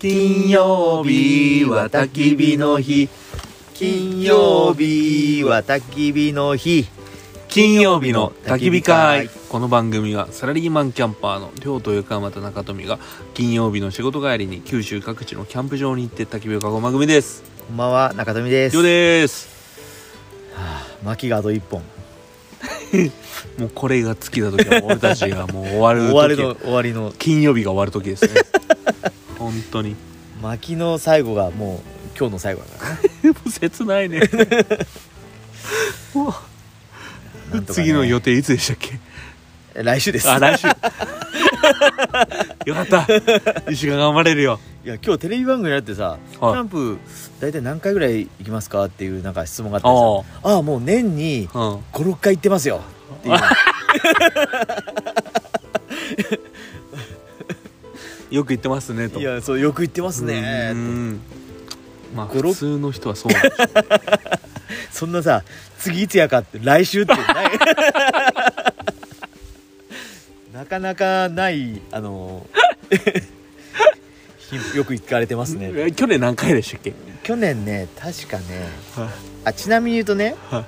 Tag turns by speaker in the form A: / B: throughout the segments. A: 金曜日は焚き火の日
B: 金曜日は焚き火の日
A: 金曜日の焚き火会
B: 焚き火
A: この番組はサラリーマンキャンパーの亮と横山と中富が金曜日の仕事帰りに九州各地のキャンプ場に行って焚き火を囲む番組です
B: こんばんは中富です
A: 亮です
B: 薪があと1本
A: もうこれが尽きた時は俺たちがもう 終わる時
B: 終わりの終わりの
A: 金曜日が終わる時です ね本当に
B: 薪の最後がもう今日の最後だ からね
A: もう切 ないねもう
B: なんとかね
A: 次の予定いつでしたっけ
B: え来週です
A: あ来週 よかった石が頑張れるよ
B: いや今日テレビ番組になってさ、キャンプ大体何回ぐらい行きますかっていうなんか質問があってさああもう年に
A: うん
B: 56回行ってますよっていう
A: よく言ってますねと
B: いやそうよく行ってます
A: う
B: ね
A: んまあ
B: ゴロ
A: 普通の人はそうなんでしょう
B: そんなさ次いつやかって来 週ってないなかなかないあのひ よく行かれてますね
A: え去年何回でしたっけ
B: 去年ね確かね
A: は
B: あちなみに言うとね
A: は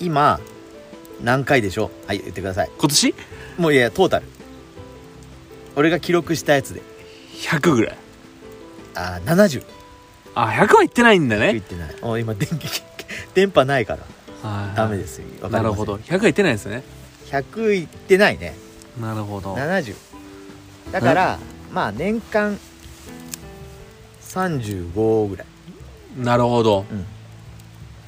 B: 今何回でしょうはい言ってください
A: 今年
B: もういやトータル俺が記録したやつで
A: 100ぐらい
B: あ70
A: あ100は行ってないんだ
B: 言
A: ね
B: ってないお今電気 電波ないから
A: はい
B: ダメですよわか
A: な
B: り
A: る
B: ません
A: ほど100は行ってないですね
B: 100いってないね
A: なるほど
B: 70だからまあ年間35ぐらい、
A: なるほど
B: うん、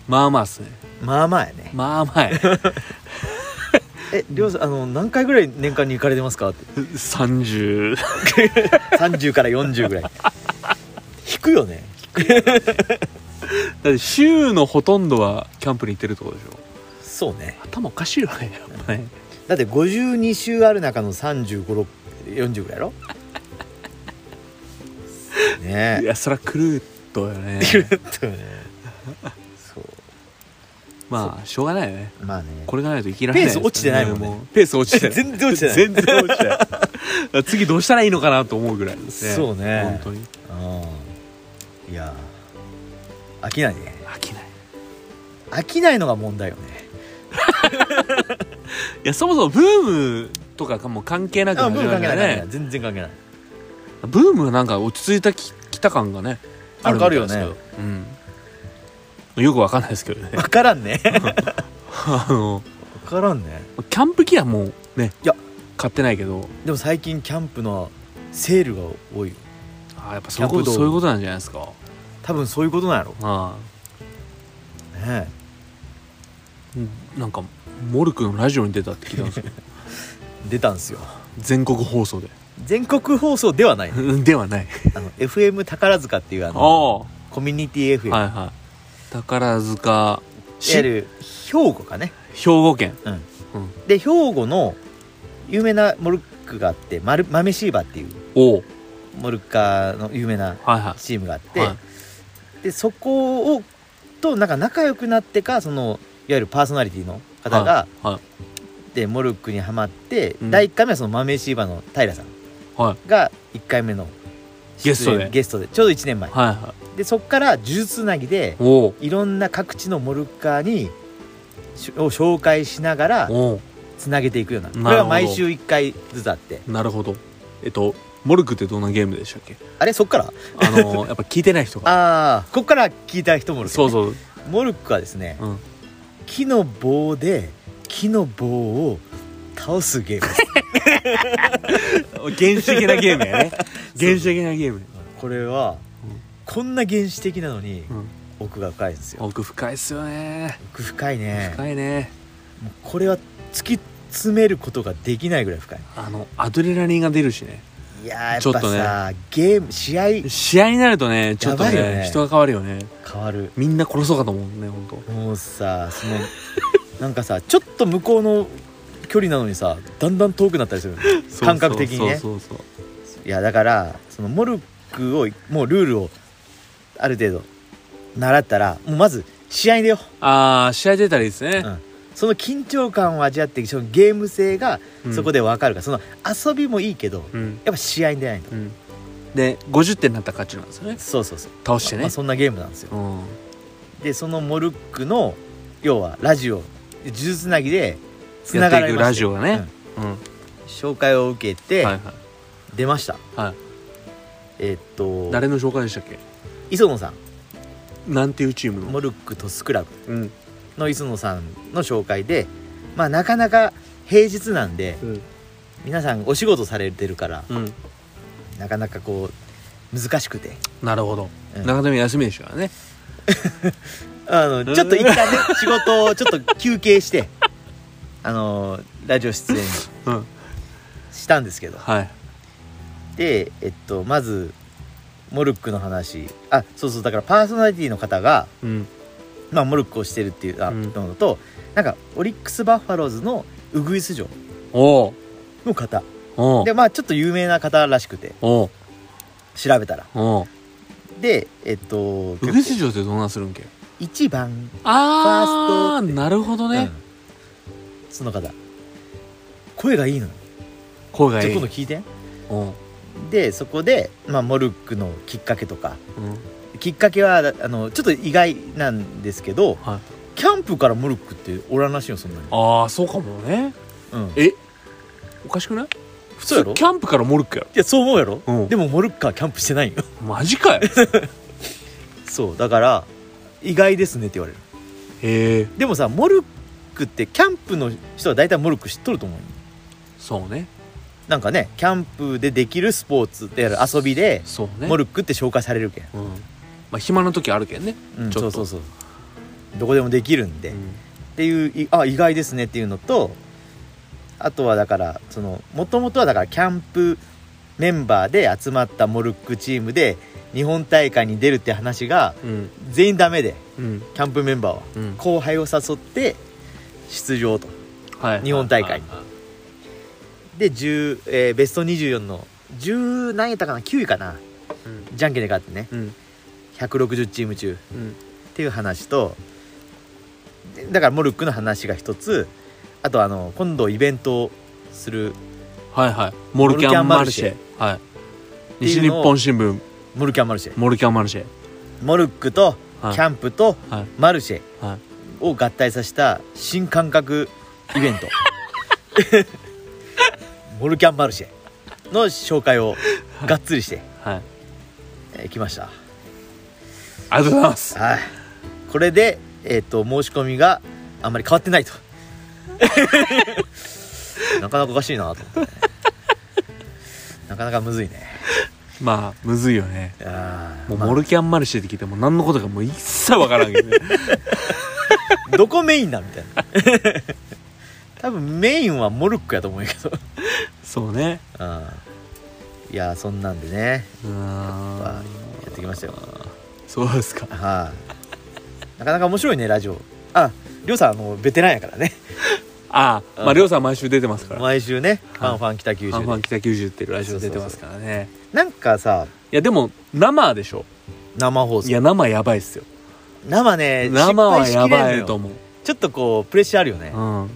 A: まあまあっすね
B: まあまあやね
A: まあまあや
B: えりょうさんあの何回ぐらい年間に行かれてますかって
A: 30
B: 30から40ぐらい 引くよね
A: だって週のほとんどはキャンプに行ってるってことでしょ
B: そうね
A: 頭おかしいよねやっぱね
B: だって52週ある中の3 5 40ぐらいやろね
A: い
B: え
A: やそりゃ狂うとよね
B: とねそう
A: まあしょうがないよね
B: まあね
A: これがないと生きられないですよ
B: ペース落ちてないもんね
A: うペース落ちてない
B: 全然落ちてない
A: 全然落ちてないだから次どうしたらいいのかなと思うぐらいですね
B: そうね
A: 本当に
B: うんいや飽きないね
A: 飽きない
B: 飽きないのが問題よね
A: いやそもそもブームとかかも関係なく
B: あ
A: 始
B: ブー
A: ま
B: ム
A: る
B: 関
A: ん
B: 係
A: だ
B: ない関係な
A: よ
B: い
A: ね
B: 全然関係ない
A: ブームはなんか落ち着いたききた感がね
B: なんかあるよね
A: みたいですけどうんよくわかんないですけど ね
B: 分からんね
A: あの
B: 分からんね
A: キャンプギアもね
B: いや
A: 買ってないけど
B: でも最近キャンプのセールが多いよ
A: あーやっぱそういうこ
B: キャンプ
A: と
B: 道具
A: そういうことなんじゃないですか
B: 多分そういうことなんやろ
A: ああ
B: ね
A: なんかモルクのラジオに出たって聞いたんですけど
B: 出たんすよ
A: 全国放送で
B: 全国放送ではないね
A: ではない
B: あの FM 宝塚っていうあ
A: あ
B: の
A: あは
B: コミュニティ
A: い
B: FM
A: はい宝塚市
B: やる兵庫かね
A: 兵庫県
B: うん
A: うん
B: で兵庫の有名なモルックがあってマルマメシーバっていう
A: おう
B: モルッカーの有名な
A: はいはい
B: チームがあって、
A: はい
B: でそこをとなんか仲良くなってかそのいわゆるパーソナリティの方が、
A: はいはい
B: でモルックにはまって、
A: うん
B: 第1回目はその豆シーバの平さん
A: はい
B: が1回目の
A: ゲスト
B: 出
A: で
B: 演ゲストでちょうど1年前、
A: はいは
B: でそこから呪術つなぎで
A: いおう
B: いろんな各地のモルッカーにしを紹介しながら
A: おう
B: つなげていくような
A: るほど
B: これが毎週1回ずつあって
A: なるほどえっとモルクってどんなゲームでしたっけ
B: あれそっから
A: あのやっぱ聞いてない人が
B: ああこっから聞いた人もいる
A: そうそう
B: モルックはですね
A: うん
B: 木の棒で木の棒を倒すゲームです
A: 原始的なゲームやね原始的なゲーム
B: これは
A: うん
B: こんな原始的なのに
A: うん
B: 奥が深いんですよ
A: 奥深いっすよね
B: 奥深いね
A: 深いね
B: もうこれは突き詰めることができないぐらい深い
A: あのアドレナリンが出るしね
B: いや
A: ちょ
B: ーや
A: っ
B: っぱ
A: とね
B: さゲーム試合変
A: 試合になるとねちょっとね
B: やばいよね
A: 人が変わるよね
B: わる
A: みんな殺そうかと思うね本当
B: もうさ そのなんかさちょっと向こうの距離なのにさだんだん遠くなったりするの
A: そう
B: 感覚的にね
A: そうそうそう
B: いやだからそのモルックをもうルールをある程度習ったらもうまず試合に出よ
A: ああ試合出たらいいですね
B: う、うん、その緊張感を味わってそのゲーム性が
A: うん
B: そこで分かるから、その遊びもいいけど
A: うん
B: やっぱ試合に出ないと
A: うんで50点になったら勝ちなんですよね
B: そうそうそう
A: 倒してね、
B: まあ、そんなゲームなんですよ
A: うん
B: でそのモルックの要はラジオ呪術つなぎでつ
A: や
B: な
A: って
B: が
A: い
B: れ
A: く
B: ま
A: ラ
B: して
A: ジオがね、うん
B: うん紹介を受けて
A: はいはい
B: 出ました、
A: はい
B: えーっと
A: 誰の紹介でしたっけ
B: 磯野さん
A: なんていうチームの
B: モルックトスクラブ
A: うん
B: の磯野さんの紹介でまあなかなか平日なんで
A: うん
B: 皆さんお仕事されてるから
A: うん
B: なかなかこう難しくて
A: なるほど、
B: うん
A: 中富休みでしたからね
B: あのちょっと一旦ね仕事をちょっと休憩してあのラジオ出演
A: うん
B: したんですけど
A: はい
B: でえっとまずモルックの話あそうそうだからパーソナリティの方が、
A: うん
B: まあ、モルックをしてるっていうあ
A: うん
B: のと、なんかオリックス・バファローズのウグイス城
A: おう
B: の方
A: おう
B: でまあちょっと有名な方らしくて
A: おう
B: 調べたら
A: おう
B: でえっと
A: ウグイス城ってどんなんするんけ
B: 1番、
A: あ
B: ファースト
A: あ
B: って
A: なるほどね、
B: うんその方声がいいの
A: 声が
B: じゃ
A: いい
B: あ今度聞いて
A: おう
B: でそこで、まあ、モルックのきっかけとか
A: うん
B: きっかけはあのちょっと意外なんですけど
A: はい、
B: キャンプからモルックっておらんらしいよそんなに、
A: ああそうかもね
B: うん、
A: えおかしくない
B: 普通やろ
A: キャンプからモルッ クや
B: いやそう思うやろ、
A: うん
B: でもモルックはキャンプしてないよ
A: ろマジかよ
B: そうだから意外ですねって言われる
A: へえ
B: でもさモルックってキャンプの人は大体モルック知っとると思うよ
A: そうね
B: なんかねキャンプでできるスポーツである遊びで
A: そうね
B: モルックって紹介されるけん、
A: うんまあ暇な時あるけんね、
B: うん
A: ちょ
B: そう
A: っと
B: そうそうどこでもできるんで、
A: う
B: っ
A: ん
B: ていういあ意外ですねっていうのとあとはだからそのもともとはだからキャンプメンバーで集まったモルックチームで日本大会に出るって話が
A: うん
B: 全員ダメで
A: うん
B: キャンプメンバーは
A: うん
B: 後輩を誘って出場と
A: はい
B: 日本大会
A: はいはいはい
B: で10、えーベスト24の10何位やったかな9位かなじゃんけんで勝ってね
A: うん
B: 160チーム中
A: うんうん
B: っていう話とでだからモルックの話が一つあとあの今度イベントをする
A: はいはいモルキャンマルシェはい
B: てい
A: 西
B: う
A: 日
B: のを
A: 本新聞
B: モルキャンマルシェ
A: モルキャンマルシェ
B: モルックとキ
A: はい
B: ャンプと
A: はい
B: マルシェ
A: はい
B: を合体させた新感覚イベント モルキャンマルシェの紹介をがっつりして
A: はい
B: えー来ました
A: ありがとうございます
B: はいこれで、えー、と申し込みがあんまり変わってないと なかなかおかしいなと思って、ね、なかなかむずいね
A: まあむずいよね
B: あー
A: もう
B: まあ
A: モルキャンマルシェって聞いても何のことかもう一切わからんけどね
B: どこメインなんみたいな 多分メインはモルックやと思うけど
A: そうね
B: あーいやーそんなんでね
A: うーん
B: やってきましたよ
A: そうですか
B: はいなかなか面白いねラジオありょうさんあのベテランやからね
A: ああまありょうさん毎週出てますから
B: 毎週ね「フ
A: はい
B: ァンファン北九
A: ファ
B: 州
A: ンファン北九州っていうラジオ出てますからね」
B: なんかさ
A: いやでも生でしょ
B: 生放
A: い
B: 送
A: や生やばいっすよ
B: 生ね
A: 生は
B: 失敗
A: や
B: しきれんの
A: ば
B: よ
A: いと思う
B: ちょっとこうプレッシャーあるよね、
A: うん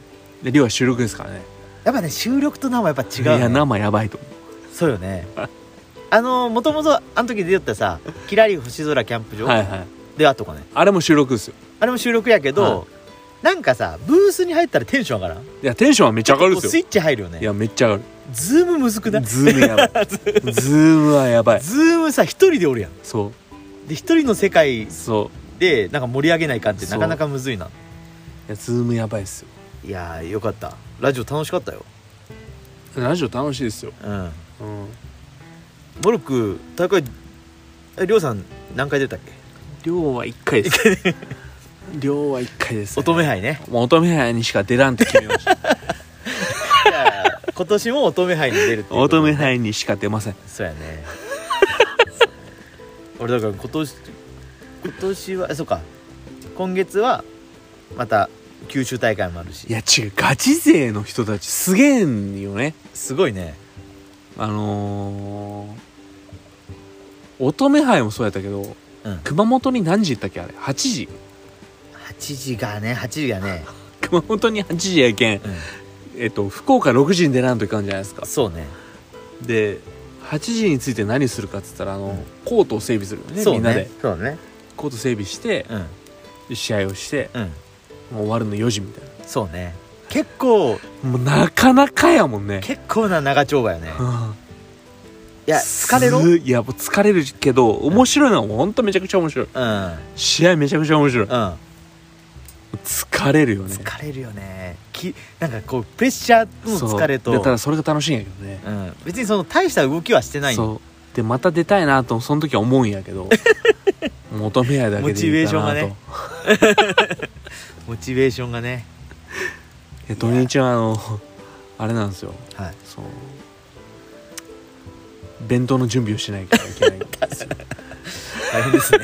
A: でりょうは収録ですからね
B: やっぱね収録と生はやっぱ違
A: い
B: う、
A: や
B: ね、
A: 生やばいと思
B: そうよねあのもともとあの時出てったさ「キラリ星空キャンプ場」
A: うはいはい
B: であっとかね
A: あれも収録ですよ
B: あれも収録やけど、
A: は
B: なんかさブースに入ったらテンション上がらん
A: いやテンションはめっちゃ上がるっ
B: こう
A: す
B: スイ
A: よ
B: ッチ入るよね
A: いやめっちゃ上が
B: ズームむずくな
A: る
B: い
A: ズームや ばいズームはやばい
B: ズームさ一人でおるやん
A: そ
B: で一人の世界
A: うそう
B: でなんか盛り上げないかんって
A: そ
B: な
A: う
B: かなかむずいない
A: やズームやばいっすよ
B: いやーよかったラジオ楽しかったよ
A: ラジオ楽しいですよ
B: う
A: う
B: ん
A: ん
B: モルック大会えりょうさん何回出たっけ
A: 量は1回 です量は1回です、
B: 乙女杯ね
A: もう乙女杯にしか出らんって決めました
B: じゃあ今年も乙女杯に出るっていうこと
A: 乙
B: で
A: 女杯にしか出ません
B: そうやね俺だから今年今年はえそうか今月はまた九州大会もある
A: い
B: し
A: や違うガチ勢の人たちすげえんよね
B: すごいね
A: あのー、乙女杯もそうやったけど
B: うん
A: 熊本に何時行ったっけあれ8時
B: 8時がね8時がね、
A: 熊本に8時やけん
B: うん
A: えっと福岡6時に出らんといかんじゃないですか
B: そうね
A: で8時について何するかっつったらあの、
B: うん
A: コートを整備するよね
B: そう
A: みんな
B: ね
A: で
B: そうね
A: コート整備して
B: うん
A: 試合をして
B: うん
A: もう終わるの4時みたい
B: そうね結構
A: なもうなかなかやもんね
B: 結構な長丁場よね
A: うん
B: いや疲れろうん
A: すいやもう疲れるけど面白いのはもうほんとめちゃくちゃ面白い
B: うん
A: 試合めちゃくちゃ面白い疲れるよね
B: 疲れるよねきなんかこうプレッシャーの疲れと
A: そうでただそれが楽しいんやけどね
B: うん、別にその大した動きはしてないよ
A: そうでまた出たいなとその時は思うんやけ ど求め合いだけでいいかなと
B: モチベーションがねモチベーションがね
A: いや土日はあの あれなんですよ
B: はい
A: そう弁当の準備をしないからいけないんですよ
B: 大変ですね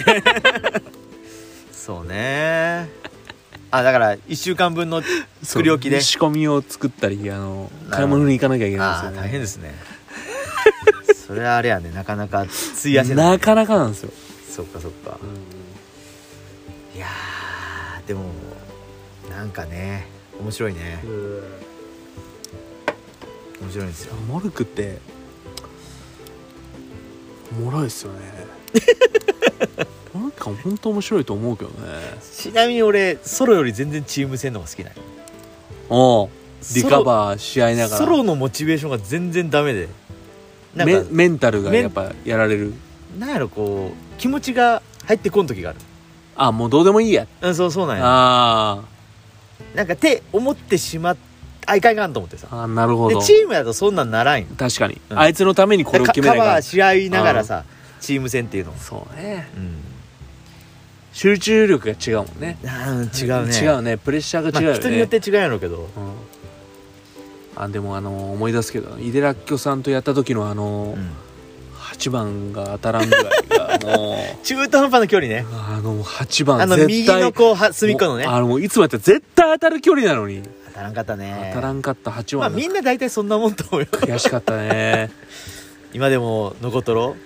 B: そうねあだから1週間分の 作り置きで、
A: そう仕込みを作ったりあの
B: ほど
A: 買い物に行かなきゃいけ
B: あ
A: な
B: あ
A: いんですよ、ね、
B: 大変ですねそれはあれやねなかなか費やせな
A: な
B: い
A: かなかなんですよ、
B: そっかそっかいやーでもなんかね面白いね面白いんですよ
A: モルクっておもろいっす よねなんか本当面白いと思うけどね
B: ちなみに俺ソロより全然チーム戦の方が好きなの
A: おうリ
B: ソロ
A: カバーし合いながら
B: ソロのモチベーションが全然ダメでなん
A: メ
B: か
A: メンタルが
B: メン
A: やっぱやられる
B: なんやろこう気持ちが入ってこん時がある
A: あもうどうでもいいや、
B: うんそうそうなんや
A: あ
B: なんかって思ってしまっあいかんいかんと思ってさ
A: ーあーなるほ
B: で
A: ど
B: チームだとそんなんならんよ
A: 確かに、
B: うん
A: あいつのためにこれを
B: か
A: 決めな
B: カ
A: いか
B: バ
A: ら
B: ーし合いながらさチーム戦っていうの
A: そうね
B: うん
A: 集中力が違うもんね
B: あー違うね
A: 違うねプレッシャーが違う
B: ま
A: よ
B: あ、
A: ね、
B: 人によって違うやろうけど
A: うんあでもあの思い出すけど井出らっきょさんとやった時のあの、
B: うん
A: 8番が当たらんぐらいがもう
B: 中途半端な距離ね
A: あの8番
B: あの
A: 絶
B: 右
A: 対
B: のこうは隅っこのね
A: もうあのもういつもやったら絶対当たる距離なのに、
B: 当たらんかったね
A: 当たらんかった8
B: まあ
A: 番が
B: みんな大体そんなもんと思うよ
A: 悔しかった ね
B: 今でもノコトロ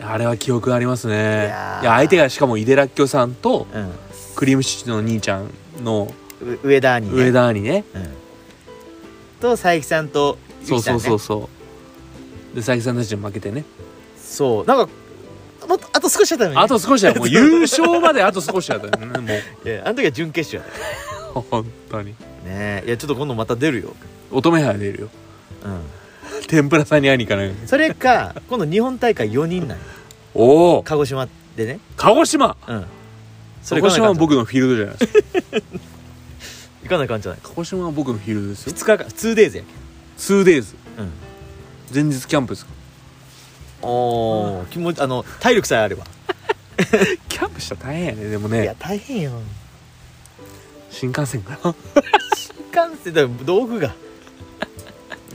A: あれは記憶がありますねい
B: や
A: や
B: ー
A: 相手がしかも井出らっきょさんと
B: うん
A: クリームシチューの兄ちゃんの
B: う上田に、ね、
A: 上田兄ね
B: うんと佐伯さんと
A: そうそうそう
B: そう
A: そうで佐伯さんたちに負けてね
B: そうなんかもっとあと少しだったのに、ね、
A: あと少しだよもう優勝まであと少しだったよねもう
B: いやあの時は準決勝やっ
A: 本当に
B: たねえいやちょっと今度また出るよ
A: 乙女杯出るよ
B: うん
A: 天ぷらさんに会いに行かないよ
B: そ れか今度日本大会4人なんよ
A: おお
B: 鹿児島でね
A: 鹿児島
B: うん そ
A: 鹿
B: れ
A: 児
B: 行か
A: 島
B: な
A: はい
B: かんじゃない
A: 僕のフィールドじゃないですか
B: 行かないかんじゃない
A: 鹿児島は僕のフィールドですよ
B: 2日か 2days やけ
A: 2days
B: うん
A: 前日キャンプですか
B: おお気持ちあの体力さえあれば
A: キャンプしたら大変やねでも
B: いや
A: ね
B: 大変よ
A: 新幹線かな
B: 新幹線だから道具 が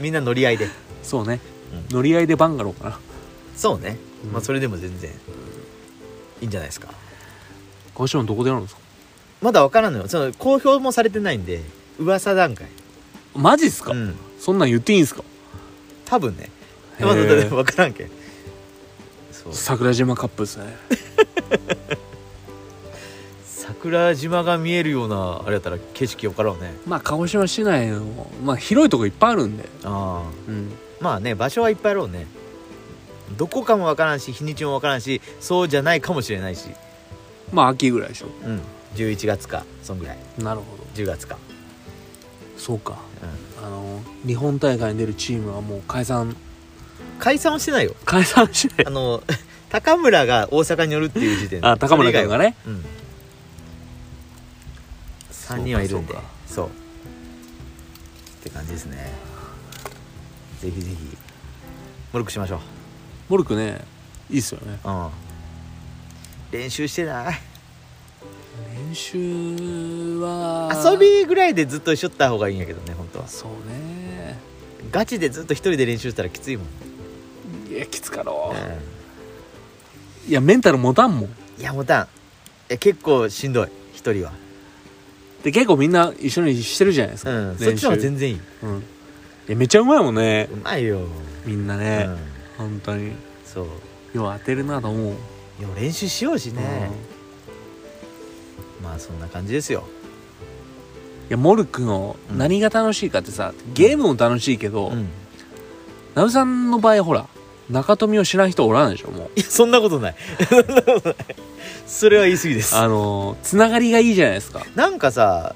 B: みんな乗り合いで
A: そうね
B: う
A: 乗り合いでバンガローかな
B: そうね、
A: うん
B: まあそれでも全然いいんじゃないですか
A: 鹿児島のどこでやるんですか
B: まだわからんのよその公表もされてないんで噂段階
A: マジっすか
B: うん
A: そんなん言っていいんすか
B: 多分ね
A: へー
B: まだだ分からんけんそう
A: 桜島カップですね
B: 桜島が見えるようなあれやったら景色よからんね
A: まあ鹿児島市内の、まあ、広いとこいっぱいあるんで、
B: ああ
A: うん、
B: まあね場所はいっぱいあろうねどこかもわからんし日にちもわからんしそうじゃないかもしれないし
A: まあ秋ぐらいでしょ
B: うん11月かそんぐらい
A: なるほど
B: 10月か
A: そうかあの日本大会に出るチームはもう解散
B: 解散はしてないよ
A: 解散し ない
B: あの高村が大阪に寄るっていう時点で
A: あ高村君が
B: ね、
A: ね
B: うん、3人はいるんで
A: そうか
B: そうって感じですねぜひぜひモルックしましょう
A: モルクねいいっすよね
B: うん練習してない
A: 練習は
B: 遊びぐらいでずっとしょった方がいいんやけどね本当は
A: そうね
B: ガチでずっと一人で練習したらきついもん、
A: いやきつかろう、
B: う
A: いやメンタル持たんもん
B: ん、いやもたんいや結構しんどい一人は
A: で結構みんな一緒にしてるじゃないです
B: う
A: か、
B: んそっ
A: 練
B: ち
A: 習
B: の方が全然いい
A: うんいやめちゃうまいもんね
B: うまいよ、
A: みんな
B: う
A: ね、
B: ん、
A: 本当に
B: そう
A: よう当てるなと思う
B: いや練習しようしね
A: うん、
B: まあそんな感じですよ、
A: いやモルクの
B: うん
A: 何が楽しいかってさ、ゲームも楽しいけど、
B: うん
A: ナブさんの場合ほら中富を知らん人おらんでしょもう
B: いやそんなことない それは言い過ぎです
A: あのつながりがいいじゃないですか
B: なんかさ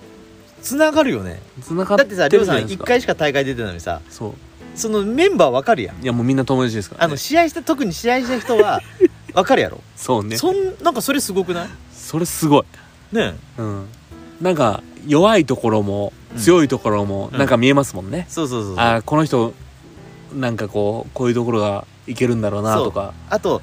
B: つながるよね
A: つながっ
B: だ
A: て
B: ってさ
A: る
B: りょう
A: じゃ
B: さ
A: なんいです
B: 1
A: か
B: 回しか大会出てないのにさ
A: そ
B: そのメンバーわかるやん
A: ういやもうみんな友達ですから、ね、
B: あの試合した特に試合した人 はわかるやろ、
A: そうねそ
B: そんなんかそれすごくない
A: れすごい
B: ねえ
A: うんなんか弱いところも
B: うん
A: 強いところも
B: うん
A: なんか見えますもんね、
B: そうそうそうそう
A: ああこの人なんかこうこういうところがいけるんだろうな
B: そう
A: とか
B: あと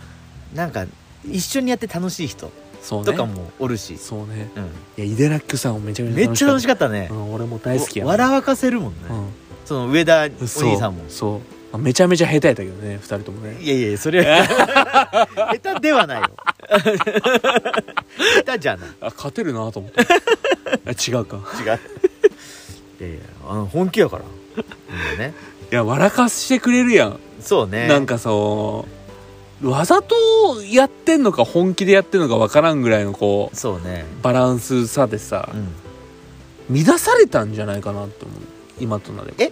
B: なんか一緒にやって楽しい人
A: そう
B: と
A: ね
B: かもおるし、
A: そうね
B: う
A: いやイデラックさんもめちゃ
B: ん、
A: めち
B: め
A: ゃ
B: っちゃ楽し
A: か
B: かったね
A: った、うん、俺も大好きや
B: お笑わかせるもんね、
A: う
B: その上田お
A: ん、
B: 兄
A: そう
B: さんも
A: そうまあめちゃめちゃ下手やったけどね二人ともね
B: いやいやそれは 下手で はないよ下手じゃない
A: あ勝てるなと思ってあ 違うか
B: 違ういやいやあの本気やから、うんね、
A: いや笑かしてくれるやん、
B: そうね
A: なんかそうわざとやってんのか本気でやってんのかわからんぐらいのこ
B: そうね
A: うバランスさでさ
B: う、ん
A: 乱されたんじゃないかなと思う今となれば
B: え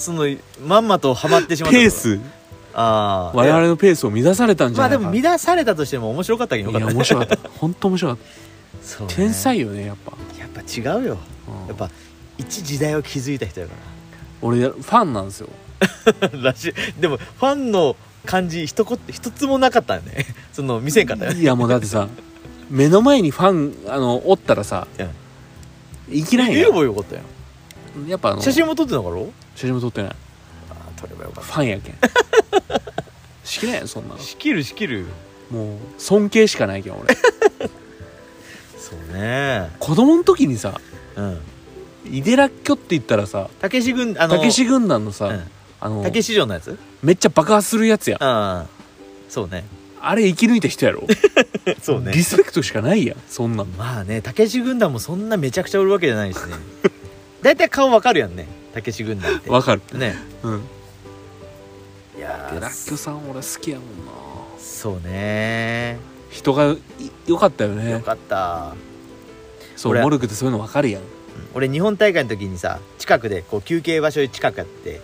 B: そのまんまとハマってしまった
A: ペース
B: ああ
A: 我々のペースを乱されたんじ
B: ま
A: ゃ
B: あ
A: な
B: で
A: いかな
B: も乱されたとしても面白かったけどよか
A: いや
B: った
A: 面白かった本当面白かっ
B: そうね
A: た天才よねやっぱ、
B: やっぱ違うよ
A: うん
B: やっぱ一時代を築いた人やか
A: 俺ファンなんですよ
B: ら らしいでもファンの感じ一言一つもなかったよねその見せんかったよね
A: いやもうだってさ目の前にファンあのおったらさ
B: うん
A: 行きない
B: 言え
A: よ
B: ばよかったよ
A: やっぱあの
B: 写真も撮ってなかろ
A: 写真も撮ってない
B: あ撮ればよか
A: ファンやけん しきないよそんなの
B: 仕切る仕切る
A: もう尊敬しかないけん俺
B: そうね
A: 子供の時にさ
B: うん
A: イデラッキョって言ったらさ
B: たけし軍あの
A: たけし軍団のさ、
B: うん
A: あの
B: たけし城のやつ
A: めっちゃ爆発するやつや
B: ああそうね
A: あれ生き抜いた人やろ
B: そうね
A: リスペクトしかないやんそんなん
B: まあねたけし軍団もそんなめちゃくちゃおるわけじゃないしね 大体顔わかるやんねたけし軍団って
A: わかる
B: ね
A: うんイ
B: いや
A: デラッキョ
B: ー
A: さん俺好きやもんな
B: そうね
A: 人がい良かったよ
B: よ
A: ね
B: かった
A: そう
B: 俺
A: モルクってそういうのわかるやん、うん
B: 俺日本大会の時にさ近くでこう休憩場所に近くやって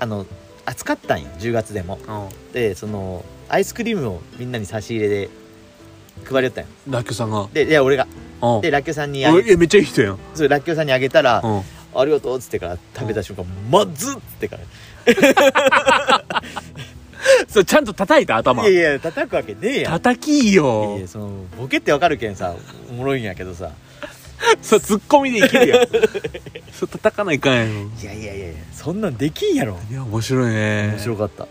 B: あの暑かったんよ10月でも
A: うん、
B: でそのアイスクリームをみんなに差し入れで配りよったんよ
A: ラッキョさんが
B: でいや俺が
A: うん
B: でラッキョさんにあ
A: お
B: げ
A: いえめっちゃいい人やん、
B: そうラッキョさんにあげたら「
A: うん、
B: ありがとう」っつってから食べた瞬間「まずっ!」っつってから
A: そうちゃんと叩いた頭
B: いやいや叩くわけねえやん
A: 叩きいい
B: い
A: よ
B: やいやそのボケってわかるけんさおもろいんやけどさ
A: そうツッコミでいけるやん そう叩かないかんやん
B: いやいやいやいやそんなんできんやろ
A: いや面白いね
B: 面白かった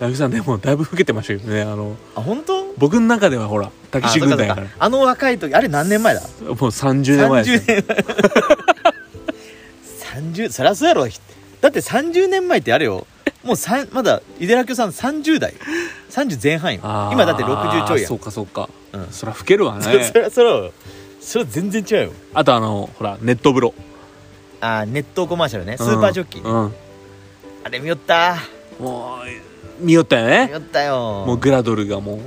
A: ラキさんでもだいぶ老けてましたけどねあの
B: あ本当
A: 僕の中ではほらたけ
B: あ
A: し
B: そ
A: 軍
B: うかそ
A: 団
B: う
A: やか
B: からあの若い時あれ何年前だ
A: もう30年前ですよ
B: 30年前30そりゃそうやろだって30年前ってあれよもうさんまだ井出らきょさん30代30前半よ
A: あー
B: 今だって60ちょいやん
A: そうかそうか、
B: うんそ
A: そりゃ老ける わね
B: そりゃそらそら全然違うよ
A: あとあのほらネット風呂
B: あーネットコマーシャルねスーパージョッキ
A: う
B: ー
A: ん、うん
B: あれ見よった
A: もう見よったよ
B: 見
A: ね
B: よったよ
A: もうグラドルがも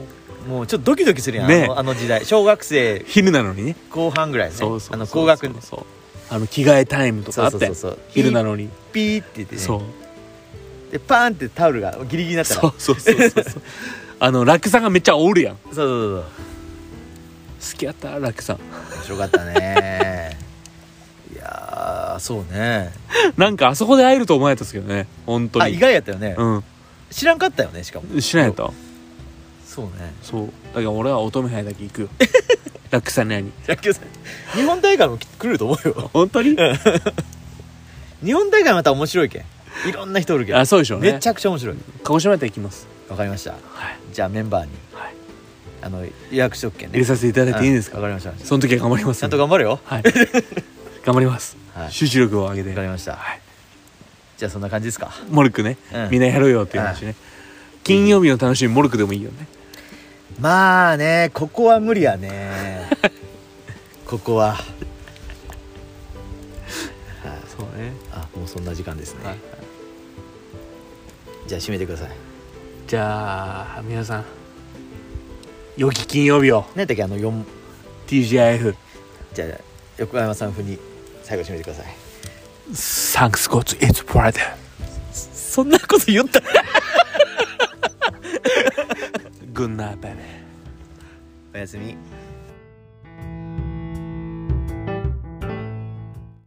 A: う
B: もうちょっとドキドキするやん、
A: ね
B: あのあの時代小学生
A: 昼なのにね
B: 後半ぐらいね
A: そうそうそう
B: あの高学
A: そう
B: 年
A: そうあの着替えタイムとかあったよ
B: そうそうそうそう
A: 昼なのに
B: ピーって言ってね
A: そう
B: でパーンってタオルがギリギリになったら
A: そ
B: そう
A: うそうそう そうそうあのラックさんがめっちゃおるやん好
B: そうそう
A: きやったラック さん
B: そう面白かっ たねいやーそうね
A: なんかあそこで会えると思われたっすけどね本当
B: あ意
A: に
B: 外やったよね、
A: う
B: 知らんかったよねしかも
A: んしないと
B: そうね
A: そうだから俺は乙女杯だけ行くよラックさんに会いに
B: 野球さん日本大会もき来ると思うよ
A: 本当に
B: 日本大会また面白いけんいろんな人おるけん
A: あそうでしょうね
B: めちゃくちゃ面白い
A: 鹿児島やったら行きます
B: わかりました
A: はい
B: じゃあメンバーに
A: はい
B: あの予約しとくけんね
A: 入れさせていただいていいですか
B: うんわかりましたわかりまし
A: その時は頑張りま
B: た
A: す
B: ち
A: ね
B: ゃんと頑張るよ
A: はい 頑張ります
B: はい
A: 集中力を上げ
B: わかり
A: て
B: ました
A: はい
B: じゃあそんな感じですか
A: モルクね
B: うん
A: みんなやろうよっていう話ね金曜日の楽しみモルクでもいいよね
B: まあねここは無理 やねここは
A: そうね
B: あもうそんな時間ですね、
A: はい
B: じゃあ締めてください
A: じゃあ皆さん良き金曜日を
B: 何やったっけあの4
A: TGIF
B: じゃあ横山さん風に最後締めてください
A: サンクスゴッツ It's Friday
B: そんなこと言った
A: グンナーベベ
B: おやすみ